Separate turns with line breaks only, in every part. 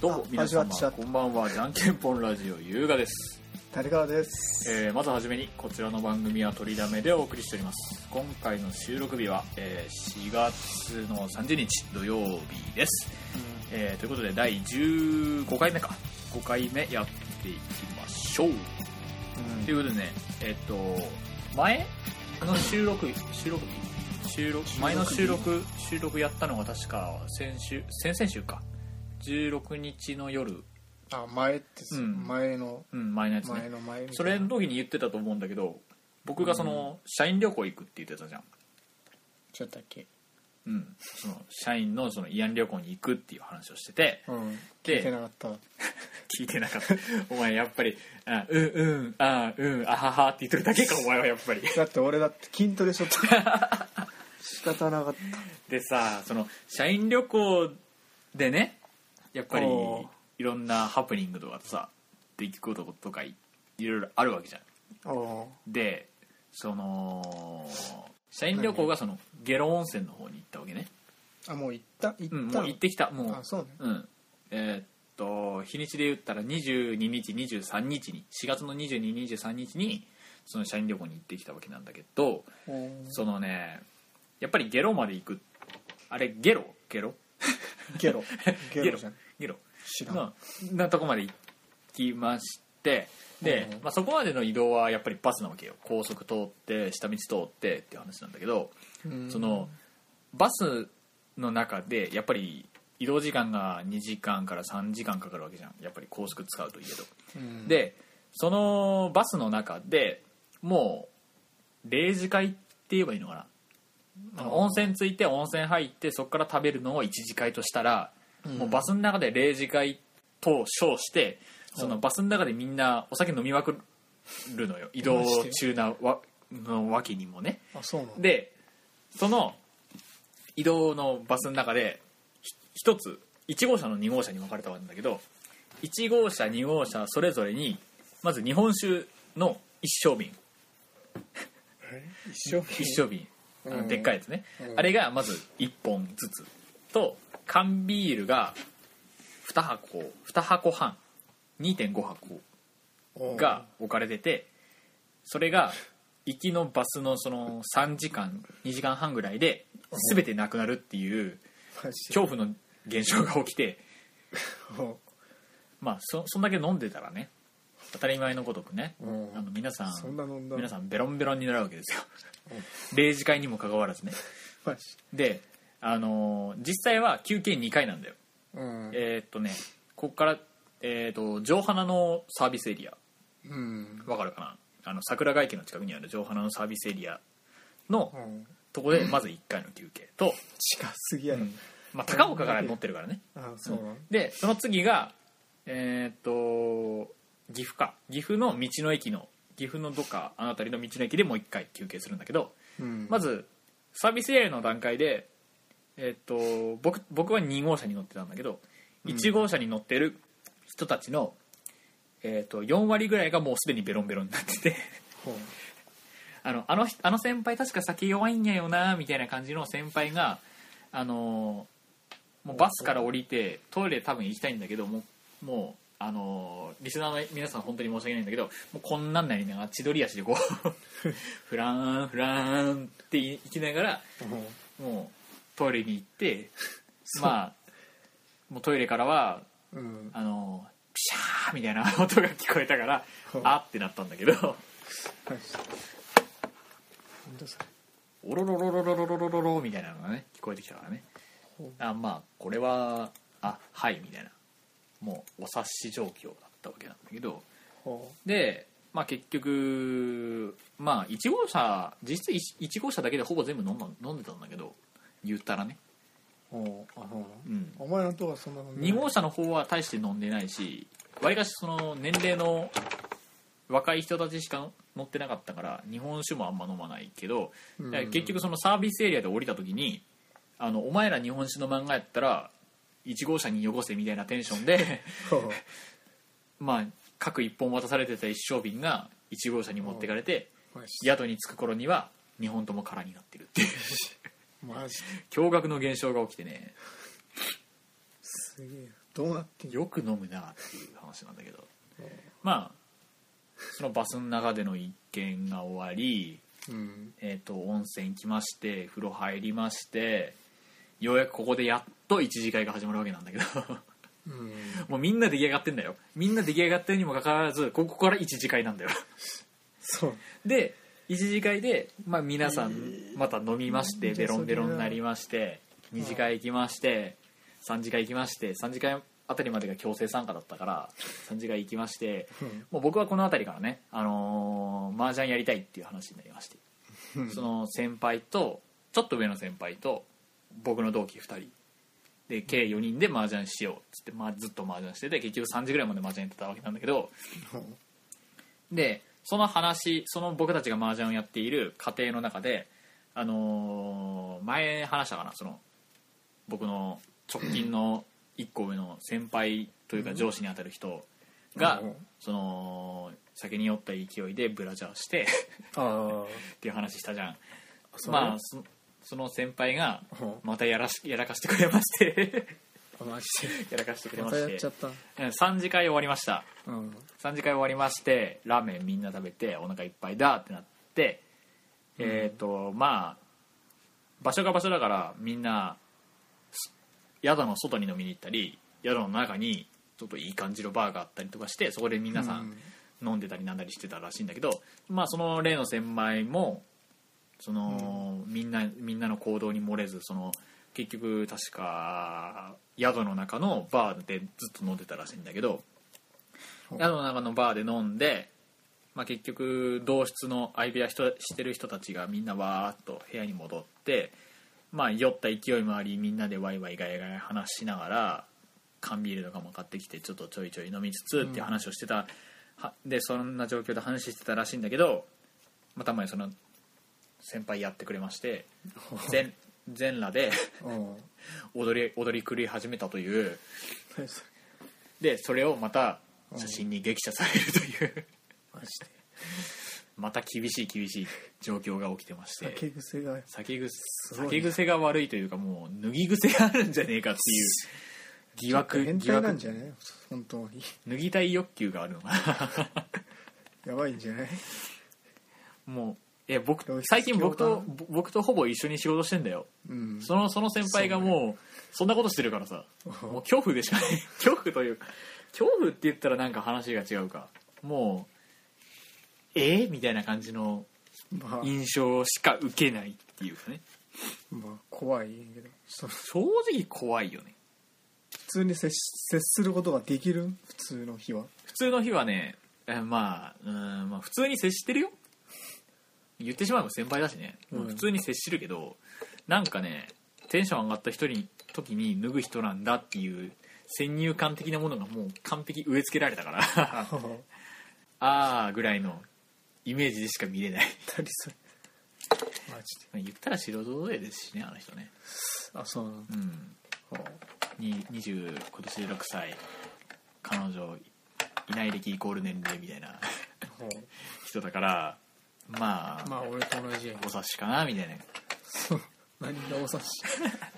どうも皆様
こんにちは
こんばんはじゃんけんぽんラジオ優雅です、
谷川です。
えーまずはじめにこちらの番組は「取りだめ」でお送りしております今回の収録日は、えー4月の30日土曜日です、えーということで第15回目か5回目やっていきましょう
うん
ということでねえっ、と前の収録日収録日収録前の収録収録やったのが確か先週先々週か16日の夜、
あ、前ってす、
うん
前の、
うん、前のやつね
前の前みたいな
それの時に言ってたと思うんだけど僕がその社員旅行行くって言ってたじゃん、
ちょっとだけ。
うん、その社員のその慰安旅行に行くっていう話をしてて
うん。
で
聞いてなかった。
聞いてなかった お前やっぱり「あうんうんあうんあはは」って言ってるだけかお前はやっぱり
だって俺だって筋トレしとった。 仕方なかった。
でさその社員旅行でねやっぱり
おー
いろんなハプニングとかさ出来事とかいいろいろあるわけじゃん
お
でその社員旅行がその下呂温泉の方に行ったわけね
ーあ、もう行った行った、
うん、もう行ってきたもう
あ、そうね。
うんえーっと日にちで言ったら22日23日に4月の2223日にその社員旅行に行ってきたわけなんだけど
おー
そのねやっぱりゲロまで行くあれゲロゲロ
ゲロ。ゲロじゃん。
ゲロ
知らん。
のなとこまで行きましてで、
うん
まあ、そこまでの移動はやっぱりバスなわけよ高速通って下道通ってっていう話なんだけど
うん
そのバスの中でやっぱり移動時間が2時間から3時間かかるわけじゃんやっぱり高速使うといえど、
うん、
でそのバスの中でもう0時会って言えばいいのかな、あの温泉着いて温泉入ってそこから食べるのを1次会としたら、もうバスの中で0時会と称してそのバスの中でみんなお酒飲みまくるのよ移動中なわのわけにもね、
あ、そうなの
でその移動のバスの中でひ一つ1号車の2号車に分かれたわけなんだけど1号車2号車それぞれにまず日本酒の一升瓶
え一生懸命
一升瓶あの
うん
でっかいやつね、
うん
あれがまず1本ずつと缶ビールが2箱2箱半2.5箱
おー
が置かれててそれが行きのバスのその3時間2時間半ぐらいで全てなくなるっていう
マジで
恐怖の現象が起きて
お
まあそそんだけ飲んでたらね当たり前のごとくね
うん
あの皆さ
そんなん飲んだ
皆さんベロンベロンになるわけですよ0時会にもかかわらずね
マジ
であのー実際は休憩2回なんだよ
うん
えーっとねここからえーっと城花のサービスエリア
うん
わかるかなあの桜ヶ池の近くにある城花のサービスエリアの
うん
とこでまず1回の休憩と、
近すぎやろ、
まあ、高岡から乗ってるからね
あそうなの
でその次がえーっと岐阜か岐阜の道の駅の岐阜のどっかあの辺りの道の駅でもう1回休憩するんだけど
うん
まずサービスエリアの段階でえーっと僕僕は2号車に乗ってたんだけど1号車に乗ってる人たちの、えーっと4割ぐらいがもうすでにベロンベロンになってて
ほう
あのあの人あの先輩確か酒弱いんやよなみたいな感じの先輩があのーもうバスから降りてトイレ多分行きたいんだけどもうもうあのーリスナーの皆さん本当に申し訳ないんだけどもうこんなんなりながら千鳥足でこう フラーンフラーンって行きながら
ほう
もうトイレに行ってまあもうトイレからは
うん
あのーピシャーみたいな音が聞こえたから
うん
あってなったんだけど。
はいなんだそれ
おろろろろろろろろろろみたいなのがね聞こえてきたからね
ほ
あまあこれはあはいみたいなもうお察し状況だったわけなんだけど
ほ
で、まあ、結局まあ1号車実質 1, 号車だけでほぼ全部飲んだ飲んでたんだけど言ったらね、
うほうあほう
うん、
お前のとこはそんなの
2号車の方は大して飲んでないしわりかしその年齢の若い人たちしか乗ってなかったから日本酒もあんま飲まないけど、
うん
だから結局そのサービスエリアで降りた時に「あのお前ら日本酒の漫画やったら1号車によこせ」みたいなテンションで
ほう
まあ各1本渡されてた一升瓶が1号車に持ってかれて
マジ
宿に着く頃には2本とも空になってるっていう
マジ
驚愕の現象が起きてね
すげえどうなってんの
よく飲むなっていう話なんだけどまあそのバスの中での一件が終わり、
うん
えー、と温泉行きまして風呂入りましてようやくここでやっと一次会が始まるわけなんだけど
うん
もうみんな出来上がってんだよみんな出来上がってるにもかかわらずここから一次会なんだよ
そう
で一次会で、まあ、皆さんまた飲みまして、
うん
ベロンベロンになりまして二次会行きまして三次会行きまして三次会あたりまでが強制参加だったから三次会行きま して
うん
もう僕はこの辺りからね、あのー、麻雀やりたいっていう話になりまして
うん
その先輩とちょっと上の先輩と僕の同期2人で計4人で麻雀しようっつって、まあ、ずっと麻雀してて結局3時ぐらいまで麻雀やってたわけなんだけどでその話その僕たちが麻雀をやっている過程の中で、あのー前話したかなその僕の直近の1個上の先輩というか上司にあたる人が、
うん
その酒に酔った勢いでブラジャーして
あ
っていう話したじゃん
そう
まあそその先輩が
うん
またやらしやらかしてくれまして
あマジ
やらかしてく
で
れま
また
し
やっち
て
ゃった
うん3次会終わりました
うん
3次会終わりましてラーメンみんな食べてお腹いっぱいだってなって、えっ、とまあ場所が場所だからみんなす宿の外に飲みに行ったり宿の中にちょっといい感じのバーがあったりとかしてそこで皆さん飲んでたりなんだりしてたらしいんだけど、まあその例の千枚もその、みんなみんなの行動に漏れずその結局確か宿の中のバーでずっと飲んでたらしいんだけど
ほう
宿の中のバーで飲んで、まあ、結局同室の相部屋人してる人たちがみんなわーっと部屋に戻って、まあ、酔った勢いもありみんなでワイワイガヤガヤ話しながら缶ビールとかも買ってきてちょっとちょいちょい飲みつつっていう話をしてた、はでそんな状況で話してたらしいんだけどまあたまにその先輩やってくれまして全全裸で
うん
踊り踊り狂い始めたという
何それ
でそれをまた写真に激写されるという
マジで
また厳しい厳しい状況が起きてまして
酒癖が
酒癖
ごいな
酒癖が悪いというかもう脱ぎ癖があるんじゃねえかっていう疑惑
変
疑
態なんじ
惑
ゃない本当に
脱ぎたい欲求があるのかな
やばいんじゃない
もうえ僕
露出
最近僕と
狂
ぼ僕とほぼ一緒に仕事してんだよ
うん
そのその先輩がもうそんなことしてるからさもう恐怖でしかない恐怖というか恐怖って言ったらなんか話が違うかもうえーみたいな感じの
まあ
印象しか受けないっていうかね
まあ怖いけどその
正直怖いよね
普通に接し接することができる普通の日は
普通の日はねえまあうーんまあ普通に接してるよ言ってしまえば先輩だしね、
うん
普通に接してるけどなんかねテンション上がった人に時に脱ぐ人なんだっていう先入観的なものがもう完璧植え付けられたから ああぐらいのイメージでしか見れない
何それマジで
言ったら素人上ですしねあの人ね
あそうなんだ
うん
はあ
に20今年で6歳彼女いない歴イコール年齢みたいな
は
人だからまあ
あまあ俺と同じや
お察しかなみたいな
そう何がお察し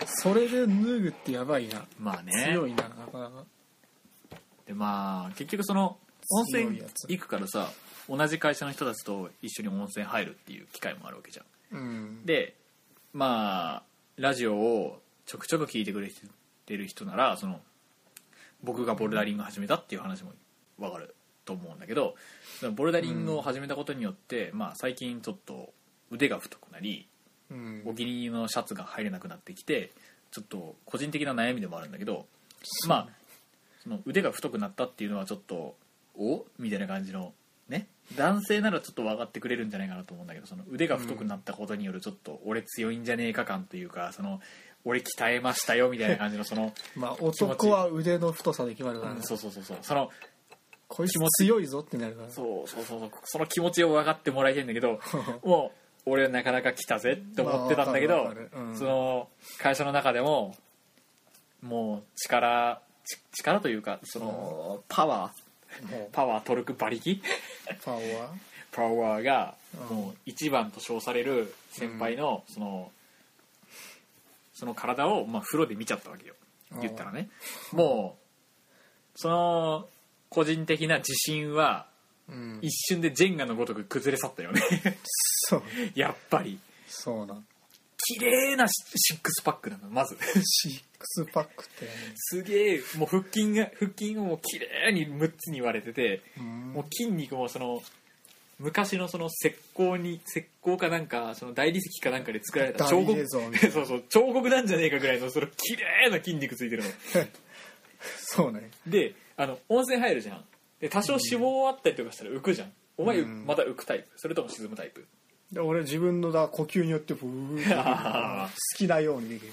それで脱ぐってやばいな
まあね
強いななかなか
でまあ結局その温
強い
泉
やつ
行くからさ同じ会社の人たちと一緒に温泉入るっていう機会もあるわけじゃん
うん
でまあラジオをちょくちょく聞いてくれてる人ならその僕がボルダリング始めたっていう話もわかると思うんだけどそのボルダリングを始めたことによって、まあ、最近ちょっと腕が太くなり
うん
お気に入りのシャツが入れなくなってきてちょっと個人的な悩みでもあるんだけどまあその腕が太くなったっていうのはちょっとおみたいな感じのね男性ならちょっと分かってくれるんじゃないかなと思うんだけどその腕が太くなったことによるちょっと俺強いんじゃねえか感というかその俺鍛えましたよみたいな感じのその
まあ男は腕の太さで決まるから
うん
ね
そうそうそうそうその
こいつ強いぞってなるからね
そうそうそうそうその気持ちを分かってもらいたいんだけ どもう俺はなかなか来たぜって思ってたんだけ
まあ
ど、
わかるわかるうん
その会社の中でももう力ち力というかそのパワー
も
パワートルク馬力
うパワー
パワーが
うん
もう一番と称される先輩のそのその体をまあ風呂で見ちゃったわけよ言ったらねもうその個人的な自信は
うん
一瞬でジェンガのごとく崩れ去ったよね
そう
やっぱり
そうなの
綺麗なシシックスパックなのまず
シックスパックって
すげえもう腹筋が腹筋をもう綺麗に6つに割れてて
何
もう筋肉もその昔のその石膏に石膏かなんかその大理石かなんかで作られた彫
大
刻
映像みた い
そうそう彫刻なんじゃねえかぐらいのその綺麗な筋肉ついてるの
なそうね
であの温泉入るじゃんで多少脂肪あったりとかしたら浮くじゃんお前、
うん
また浮くタイプそれとも沈むタイプ
で俺自分のだ呼吸によってブーってできる
あー
好 きなようにでき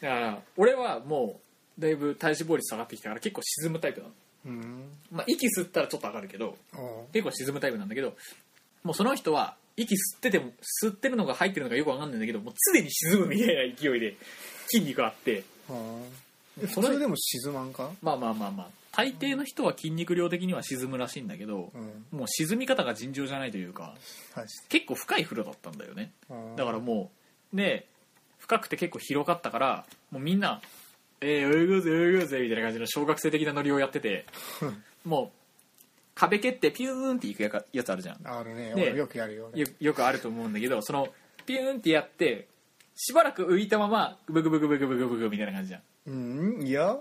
る
ああ俺はもうだいぶ体脂肪率下がってきたから結構沈むタイプなの、
うん
まあ、息吸ったらちょっと上がるけど
おう
結構沈むタイプなんだけどもうその人は息吸ってても吸ってるのか入ってるのかよくわかんないんだけどもう常に沈むみたいな勢いで筋肉あって
あ
で
あ
そ
そ
れ
れでも沈まんか
まあまあまあまあ大抵の人は筋肉量的には沈むらしいんだけど
うん
もう沈み方が尋常じゃないというか
はい
結構深い風呂だったんだよね
あ
だから
あ
もうで深くて結構広かったからもうみんな「えー、泳ぐぜ泳ぐぜ」みたいな感じの小学生的なノリをやって てもう壁蹴ってピューンっていくやかやつあるじゃん
あるね
で
俺よくやるよ俺
よよくあると思うんだけどそのピューンってやってしばらく浮いたままブクブクブクブクブクみたいな感じじゃん
うんいや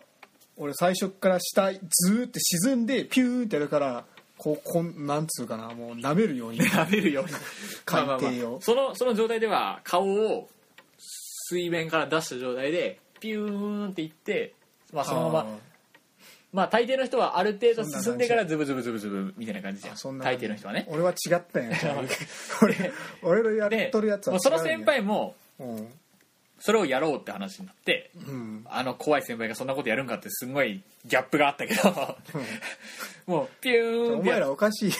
俺最初から下ずーって沈んでピューンってやるからこうこんなんつうかなもう舐める ように
食べるよ
海底を
まあまあまあそのその状態では顔を水面から出した状態でピューンっていって、まあ、そのまままあ大抵の人はある程度進んでからズブズブズブズブみたいな感じじゃ
あ
ん
ーそんな
大抵の人はね
俺は違った んや 俺俺のや
で
っとるやつは
も
違
う
う
その
んや
先輩も
うん
それをやろうって話になって
うん
あの怖い先輩がそんなことやるんかってすごいギャップがあったけどもうピューン
お
って
前
や
らおか しい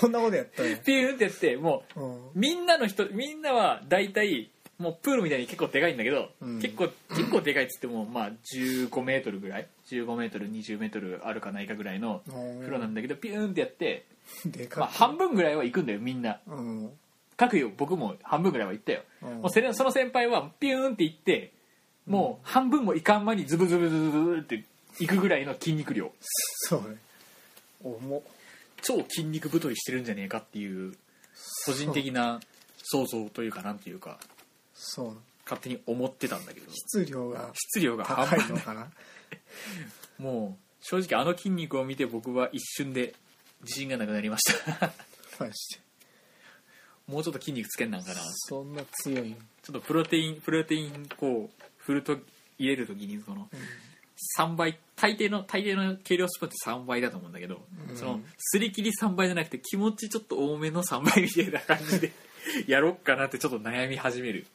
そんなことやったんや
ピューンってやってもう
うん
みんなの人みんなは大体もうプールみたいに結構でかいんだけど、
うん
結構結構でかいっつってもまあ15メートルぐらい15メートル20メートルあるかないかぐらいの
うん
風呂なんだけどピューンってやって、
で
まあ、
か
半分ぐらいは行くんだよみんな
っうん
各よ僕も半分ぐらいは行ったよ、
うん
もうせその先輩はピューンって行ってもう半分も行かん間にズブズブズブズブって行くぐらいの筋肉量
そうね重っ
超筋肉太りしてるんじゃねえかっていう個人的な想像というかなんていうか
そうな
勝手に思ってたんだけど
質量が
質量が半
高い
端
の
ない
かな
もう正直あの筋肉を見て僕は一瞬で自信がなくなりました
マジで
もうちょっと筋肉つけんなんかなち
そんな強いん
ょっとプロテインプロテインこう振ると入れる時にその3倍大抵の大抵の計量スプーンって3倍だと思うんだけど、
うん
そのすり切り3倍じゃなくて気持ちちょっと多めの3倍みたいな感じで やろっかなってちょっと悩み始める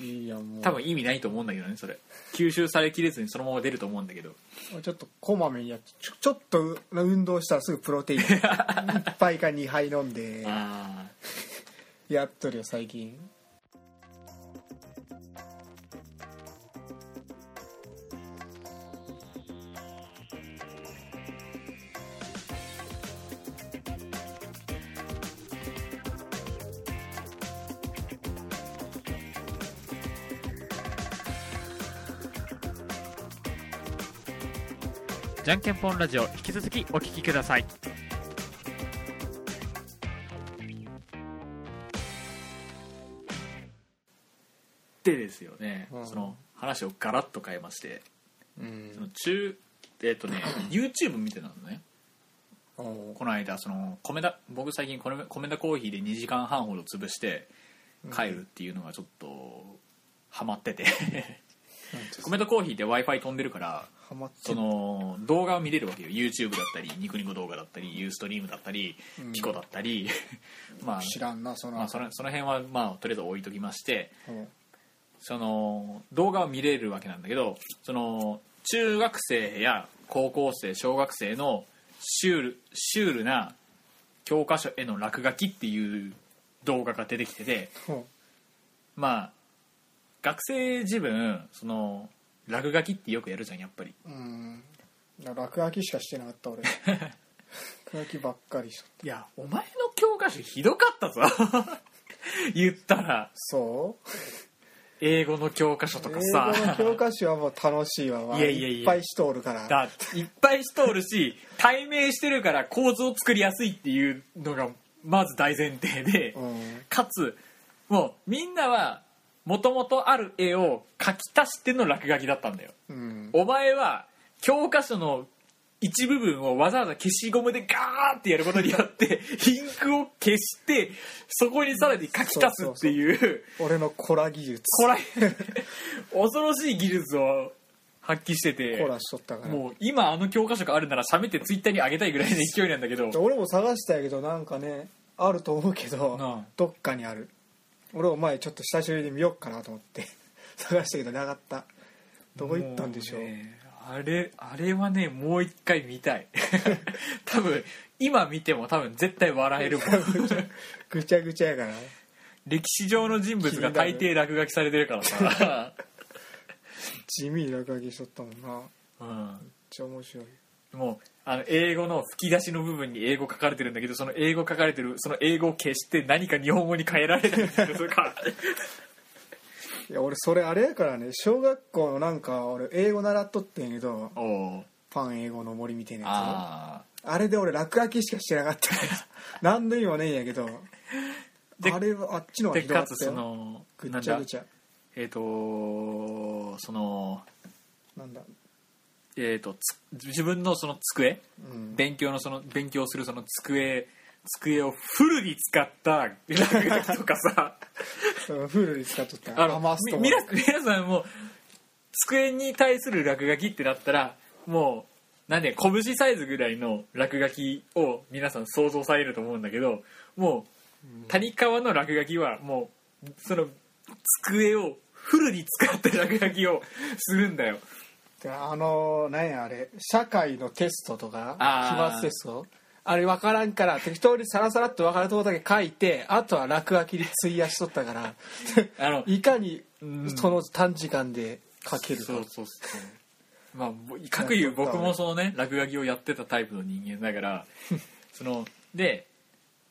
いいやもう
多分意味ないと思うんだけどねそれ吸収されきれずにそのまま出ると思うんだけど
ちょっとこまめにやってちょちょっと運動したらすぐプロテイン1杯か2杯飲ん で
ああ
やっとるよ最近
じゃんけんぽんラジオ引き続きお聞きくださいでですよね、
うん
その話をガラッと変えまして
う
その
ん
中えっ、と ね YouTube 見てたのね
おう
この間その米田僕最近米米田コーヒーで2時間半ほど潰して帰るっていうのがちょっとハマってて
なんて
米田コーヒーって w i f i 飛んでるから
ハマって
そ
る
の動画を見れるわけよ YouTube だったりニコニコ動画だったりユーストリームだったり、
うん
ピコだったり まあ
知らんなその
まあそのその辺はまあとりあえず置いときまして
うん
その動画を見れるわけなんだけどその中学生や高校生小学生のシュールシュールな教科書への落書きっていう動画が出てきてて
うん
まあ学生自分その落書きってよくやるじゃんやっぱり
うん落書きしかしてなかった 俺落書きばっかりしとった
いやお前の 教科書ひどかったぞ言ったら
そう
英語の教科書とか
英
さ
語の教科書はもう楽 しいわわ
いやいやいや
っぱいしとおるから
だいっぱいしとおるし対面してるから構図を作りやすいっていうのがまず大前提で、
うん
かつもうみんなはもともとある絵を描き足しての落書きだったんだよ
うん
お前は教科書の一部分をわざわざ消しゴムでガーってやることによってインクを消してそこにさらに書き足すっていう
俺のコラ技術
こら恐ろしい技術を発揮してて
コラしとったから
もう今あの教科書があるなら喋ってツイッターに上げたいぐらいの勢いなんだけど
俺も探したんやけどなんかねあると思うけど、
なあ
どっかにある俺お前ちょっと久しぶりに見よっかなと思って 探したけどなかったどこ行ったんでしょう
もねあれあれはねもう一回見たい 多分今見ても多分絶対笑えるもん
ぐちゃぐちゃやから
歴史上の人物が大抵落書きされてるからさ、
地味に落書きしとったもんなめっ
うん、
ちゃ面白い
もうあの英語の吹き出しの部分に英語書かれてるんだけどその英語書かれてるその英語を消して何か日本語に変えられると か
いや俺それあれやからね小学校のなんか俺英語習っとってんやけど
おお
パン英語の森みたいなやつあ
ああ
れで俺落書きしかしてなかった から何の意味もねえんやけど
で
あれはあっちの方が
で
ひどか
か
っ
つそ
たよ
の
ぐ
な
っ
ん
ちゃ
だ
ぐちゃ
えっ、とその
なんだ
えっ、とつ自分のその机
うん
勉強のその勉強するその机机をフルに使った落書きとかさ
うんフルに使っとった
あの
余すとこ
み皆 皆さんも机に対する落書きってなったらもうなんで拳サイズぐらいの落書きを皆さん想像されると思うんだけどもう谷川の落書きはもうその机をフルに使った落書きをするんだよ。
であのなんやあれ社会のテストとか
あー
期末テストあれ分からんから適当にさらさらっと分かるとこだけ書いてあとは落書きに費やしとったから
あの
いかに
うん
その短時間で書けるか
そうそうそうまあ ぼ各言う僕もそのね落書きをやってたタイプの人間だから そので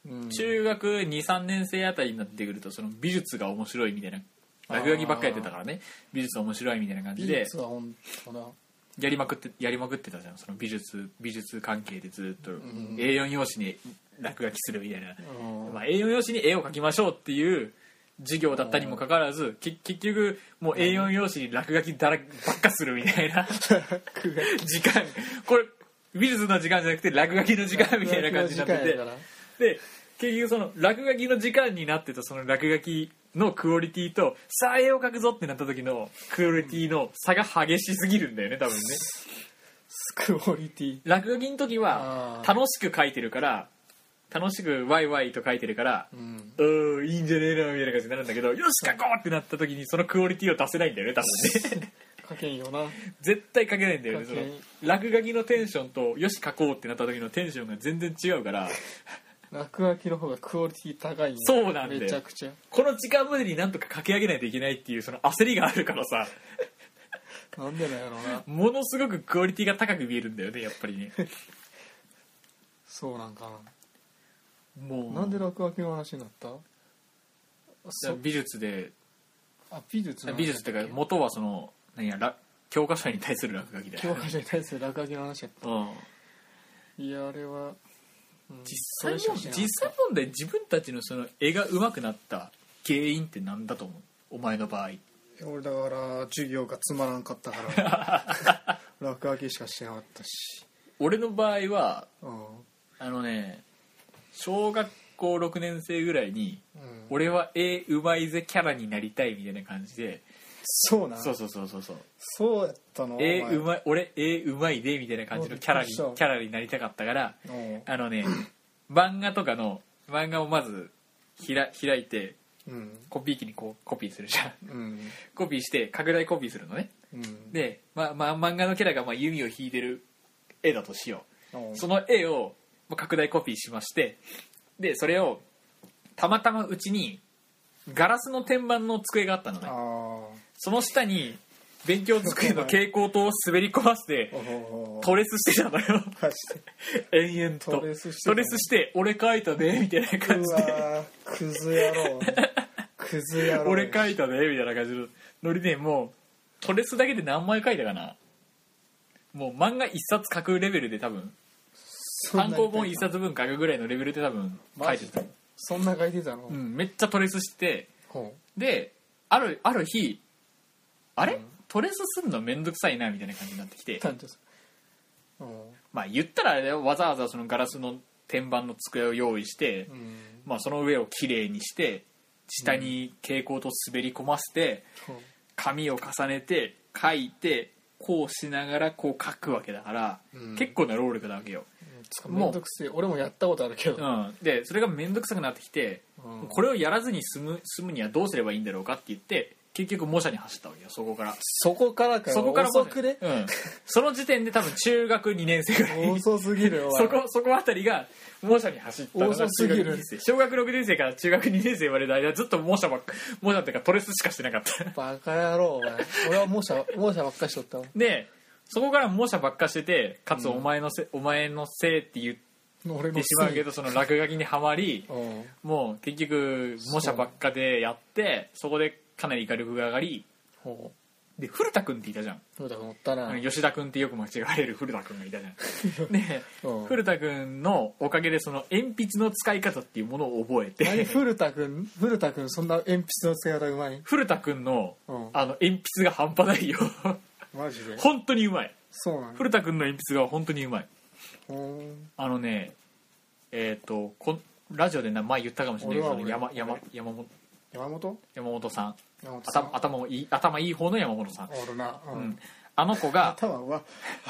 うん
中学23年生あたりになってくるとその美術が面白いみたいな落書きばっかりやってたからね美術面白いみたいな感じ
美
で
術は本当だ
やりまくってやりまくってたじゃんその美術美術関係でずっと A4 用紙に落書きするみたいな、
うん
まあ、A4 用紙に絵を描きましょうっていう授業だったにもかかわらずけ結局もう A4 用紙に落書きだらばっかするみたいな 時間これ美術の時間じゃなくて落書きの時間みたいな感じになって
落書きの時間や
て
から
で結局その落書きの時間になってたその落書きのクオリティとさあ絵を描くぞってなった時のクオリティの差が激しすぎるんだよね多分ね
クオリティ
落書きの時は
あー
楽しく描いてるから楽しくワイワイと描いてるから
うん
うーんいいんじゃねえのみたいな感じになるんだけどよし書こうってなった時にそのクオリティを出せないんだよね多分ね
書けんよな
絶対書けないんだよねそ
書
の
けん
落書きのテンションとよし書こうってなった時のテンションが全然違うから
落書きの方がクオリティ高いね
そうなんだよ
めちゃくちゃ
この時間までになんとか書き上げないといけないっていうその焦りがあるからさ
なんでなんやろうな
ものすごくクオリティが高く見えるんだよねやっぱり ね
そうなんか
もう
ななんで落書きの話になったそ
美術で
あ美術の話
美術っていうか元はその何やら教科書に対する落書きだ
教
よ
科書に対する落書きの話やっ
うん
たいやあれは、うん
実際
それ
問
しか
題
しなかっ
実際問題自分たちのその絵が上手くなった原因って何だと思うお前の場合
た俺だから授業がつまらんかったから 落書きしかしてなかったし
俺の場合は
うん、
あのね小学校6年生ぐらいに
うん、
俺は絵うまいぜキャラになりたいみたいな感じで
そうなん
そうそうそうそうそう
そうやったの
え
お
ー
前
うまい俺えーうまいでみたいな感じのキャラに
びっ
キ
くりした
ャラになりたかったから
うん
あのね漫画とかの漫画をまずひら開いて
うん
コピー機にこうコピーするじゃん
うん
コピーして拡大コピーするのね
うん
で、まあまあ、漫画のキャラがまあ弓を引いてる絵だとしよ
お
う
う
その絵をまあ拡大コピーしましてでそれをたまたまうちにガラスの天板の机があったのね
ああお
その下に勉強机の蛍光灯を滑り込ませて
ほほほ
トレスしてたのよ
マジで
延々と
トレスしてた
トレスして俺書いたねみたいな感
う
じ
わ
で
ークズ野郎ククズやろ
俺描いたでみたいな感じのノリでもうトレスだけで何枚描いたかなもう漫画一冊書くレベルで多分
そんな
単行本一冊分書くぐらいのレベルで多分書いてた、
そんな書いてたの、
うん、めっちゃトレスして
ほ
であるある日あれ、トレスすんのめんどくさいなみたいな感じになってき
う
て
単調さうん
まあ言ったらあれだよわざわざそのガラスの天板の机を用意して、
うん
まあ、その上をきれいにして下に蛍光と滑り込ませて、
ほう
紙を重ねて書いてこうしながらこう書くわけだから、
うん
結構な労力なわけよ、
つかめんどくせえ俺もやったことあるけ
う
ど、
ん、でそれが面倒くさくなってきて、
うん
これをやらずに済む済むにはどうすればいいんだろうかって言って結局模写に走ったわけよそこから
そこからかよ
そこから模
遅
写
くね、
うん、その時点で多分中学2年生ぐらい
遅すぎるよおい
そこそこあたりが猛者に走ったのが
遅
中
すぎ
学
る
2年生小学6年生から中学2年生までの間ずっと猛者ばっか猛者っていうかトレスしかしてなかった
バカ野郎お前俺は模写模写ばっかりしとったわ
でそこから模写ばっかしててかつお前のせい、お前のせいって言っ
俺の
てしまうけどその落書きにはまり
うん
もう結局模写ばっかでやってそこでかなり火力が上がり
ほ
で古田君っていたじゃん、
うそうだと思ったな、
あの吉田君ってよく間違われる古田君がいたじゃ んで、
うん
古田君のおかげでその鉛筆の使い方っていうものを覚え
何
て
古田君古田君そんな鉛筆の使い方うまい
古田君の,、
うん
あの鉛筆が半端ないよ
マジで
本当にうまい
そうなんだ
古田君の鉛筆が本当にうまい
ほー
あのねえっ、とこんラジオで名前言ったかもしれないけど
俺は俺
山
俺
山山本
山本
山本さん
山本さん
頭頭もいい頭いい方の山本さん、
おるな、う
うんん、あの子 が
頭は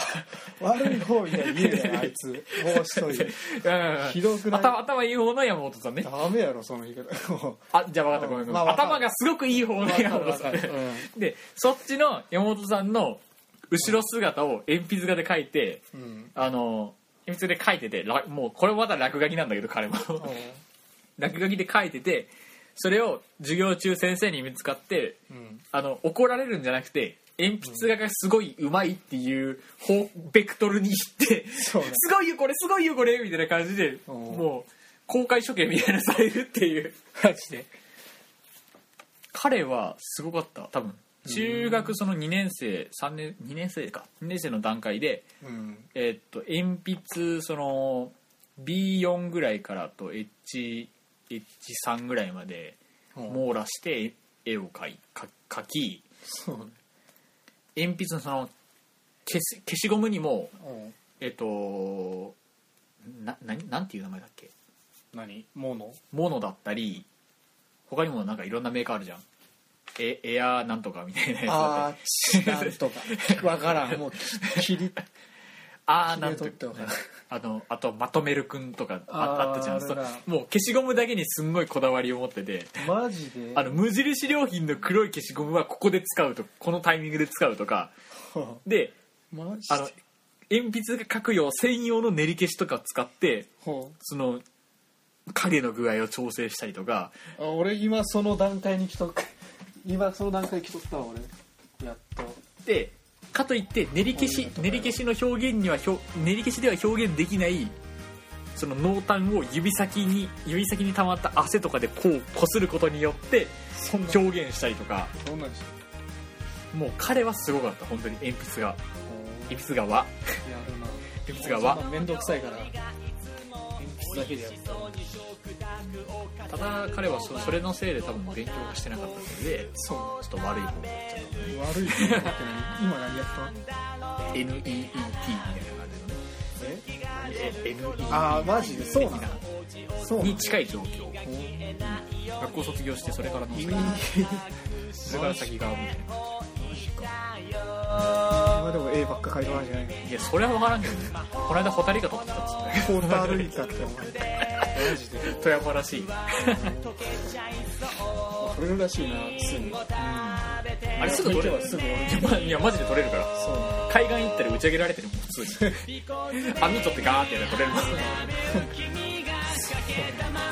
悪い方みたいに言 うなあいつ帽子といて
うん
ひどくない
頭頭いい方の山本さんね
ダメやろその言い方 も
あじゃあ分かったごめんごめん、
まあわかる
頭がすごくいい方
う
の
分
山
かる
本
分
さ
か
ん
る
で、でそっちの山本さんの後ろ姿を鉛筆画で描いて
うん、うん
あの鉛筆で描いててらもうこれまた落書きなんだけど彼も落書きで書いててそれを授業中先生に見つかって
うん
あの怒られるんじゃなくて鉛筆画がすごいうまいっていう方ベクトルに行って「
そうね
すごいよこれすごいよこれ」みたいな感じで
うん
もう公開処刑みたいなされるっていう
マジで
彼はすごかった多分中学その2年生3年2年生か2年生の段階で
うん
えっと鉛筆その B4 ぐらいからと H H3 ぐらいまで
もう
網羅して絵を描いか描き
そうね
鉛筆のその消し消しゴムにも
うん
えっとな何なんていう名前だっけ
何モノ
モノだったり他にもなんかいろんなメーカーあるじゃんエエアーなんとかみたいなやつだっ
あ
たり
あなんとか分からんもう切り
あー
切
な
れ
ん
と
とか
って分からん
あのあとまとめるくんとかあ
あー
あったじゃん
ある
そう
な
もう消しゴムだけにすんごいこだわりを持ってて
マジで
あの無印良品の黒い消しゴムはここで使うとこのタイミングで使うとかで
マジ
あの
で
鉛筆が描く用専用の練り消しとかを使って
ほう
その影の具合を調整したりとか
あ俺今その段階に来とく今その段階に来とったわ俺やっと
でかといって練り消し
うん
練り消しの表現には表練り消しでは表現できないその濃淡を指先に指先に溜まった汗とかでこうこすることによって
そんな
表現したりとか
どんなんし
もう彼はすごかった本当に鉛筆が鉛筆がは
やるな
鉛筆がは
面倒くさいから鉛筆だけでやる
ただ彼はそそれのせいで多分勉強がしてなかったので
そう
ちょっと悪い方になっちゃっ
悪いことって何今何やった
た NEET みたいな感
え
じのね NEET
ああマジでそうなのそうなの
に近い状況学校卒業してそれからの
えー
それから先がみたいな
今でも絵ばっか描いてないじゃない
いやそれは分からんけどねこの間ホタルイカ取ってきたっつって
ポータールイカってお前マジで
富山らしい
取れるらしいなすぐ
あ
あ
れすぐ取れ
は
る
すぐ俺
いや,、ま、いやマジで取れるから
そう
海岸行ったら打ち上げられてるもん普通 に網取ってガーってやったら取れるもん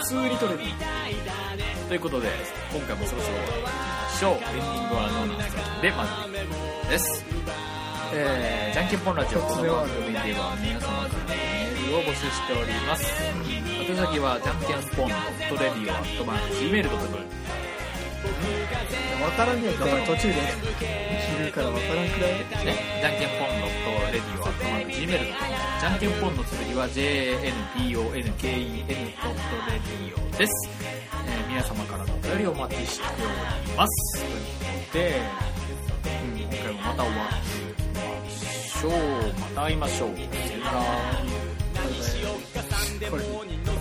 普通に取れるということで今回もそろそろショーエンディングはノーナスさんでまずですえー、じゃんけんぽんラジオこの番組では皆様からのメールを募集しております宛先はじゃんけんぽんレディオ Gmail.com
分からんねえか途中で昼から分からんくらい
ね、じゃんけんぽんのとレディオアットマーク Gmail じゃんけんぽんの続きは JNPONKEN とレディオです、えー皆様からのお便りをお待ちしておりますということで、うん、今回もまたお会いしましょうまた会いましょうさよなら
これ
望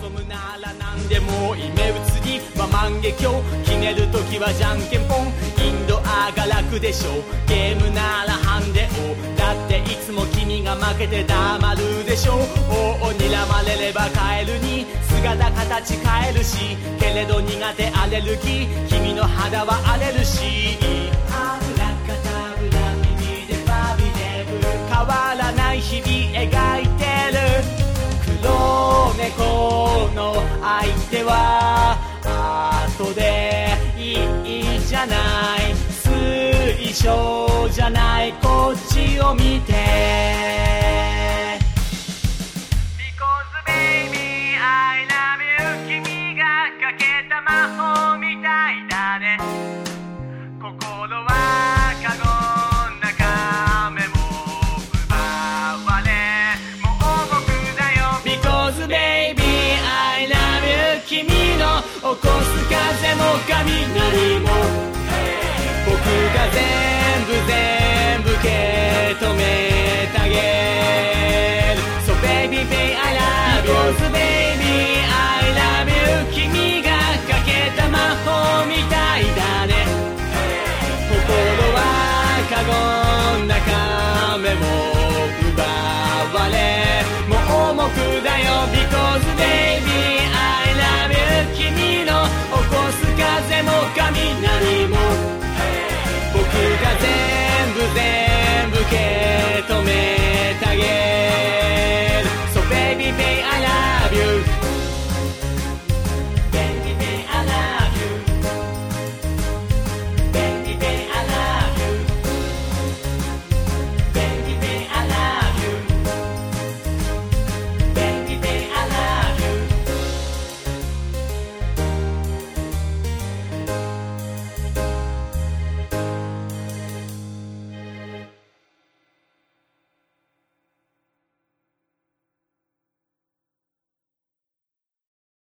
むなら何でもいい目移りは万華鏡決める時はじゃんけんぽんインドアが楽でしょゲームならハンデをだっていつも君が負けて黙るでしょ王を睨まれればカエルに姿形変えるしけれど苦手アレルギー君の肌は荒れるし油かたぶら耳でバビデブ変わらない日々描いてる黒猫の相手は後でいいじゃない水晶じゃないこっちを見て Because baby I love you 君がかけた魔法みたいだね心はカゴの中目も奪われもう僕だよ Because baby I love you 君の起こす風も雷も僕が全部全部受け止めてあげる So baby baby I love you Because baby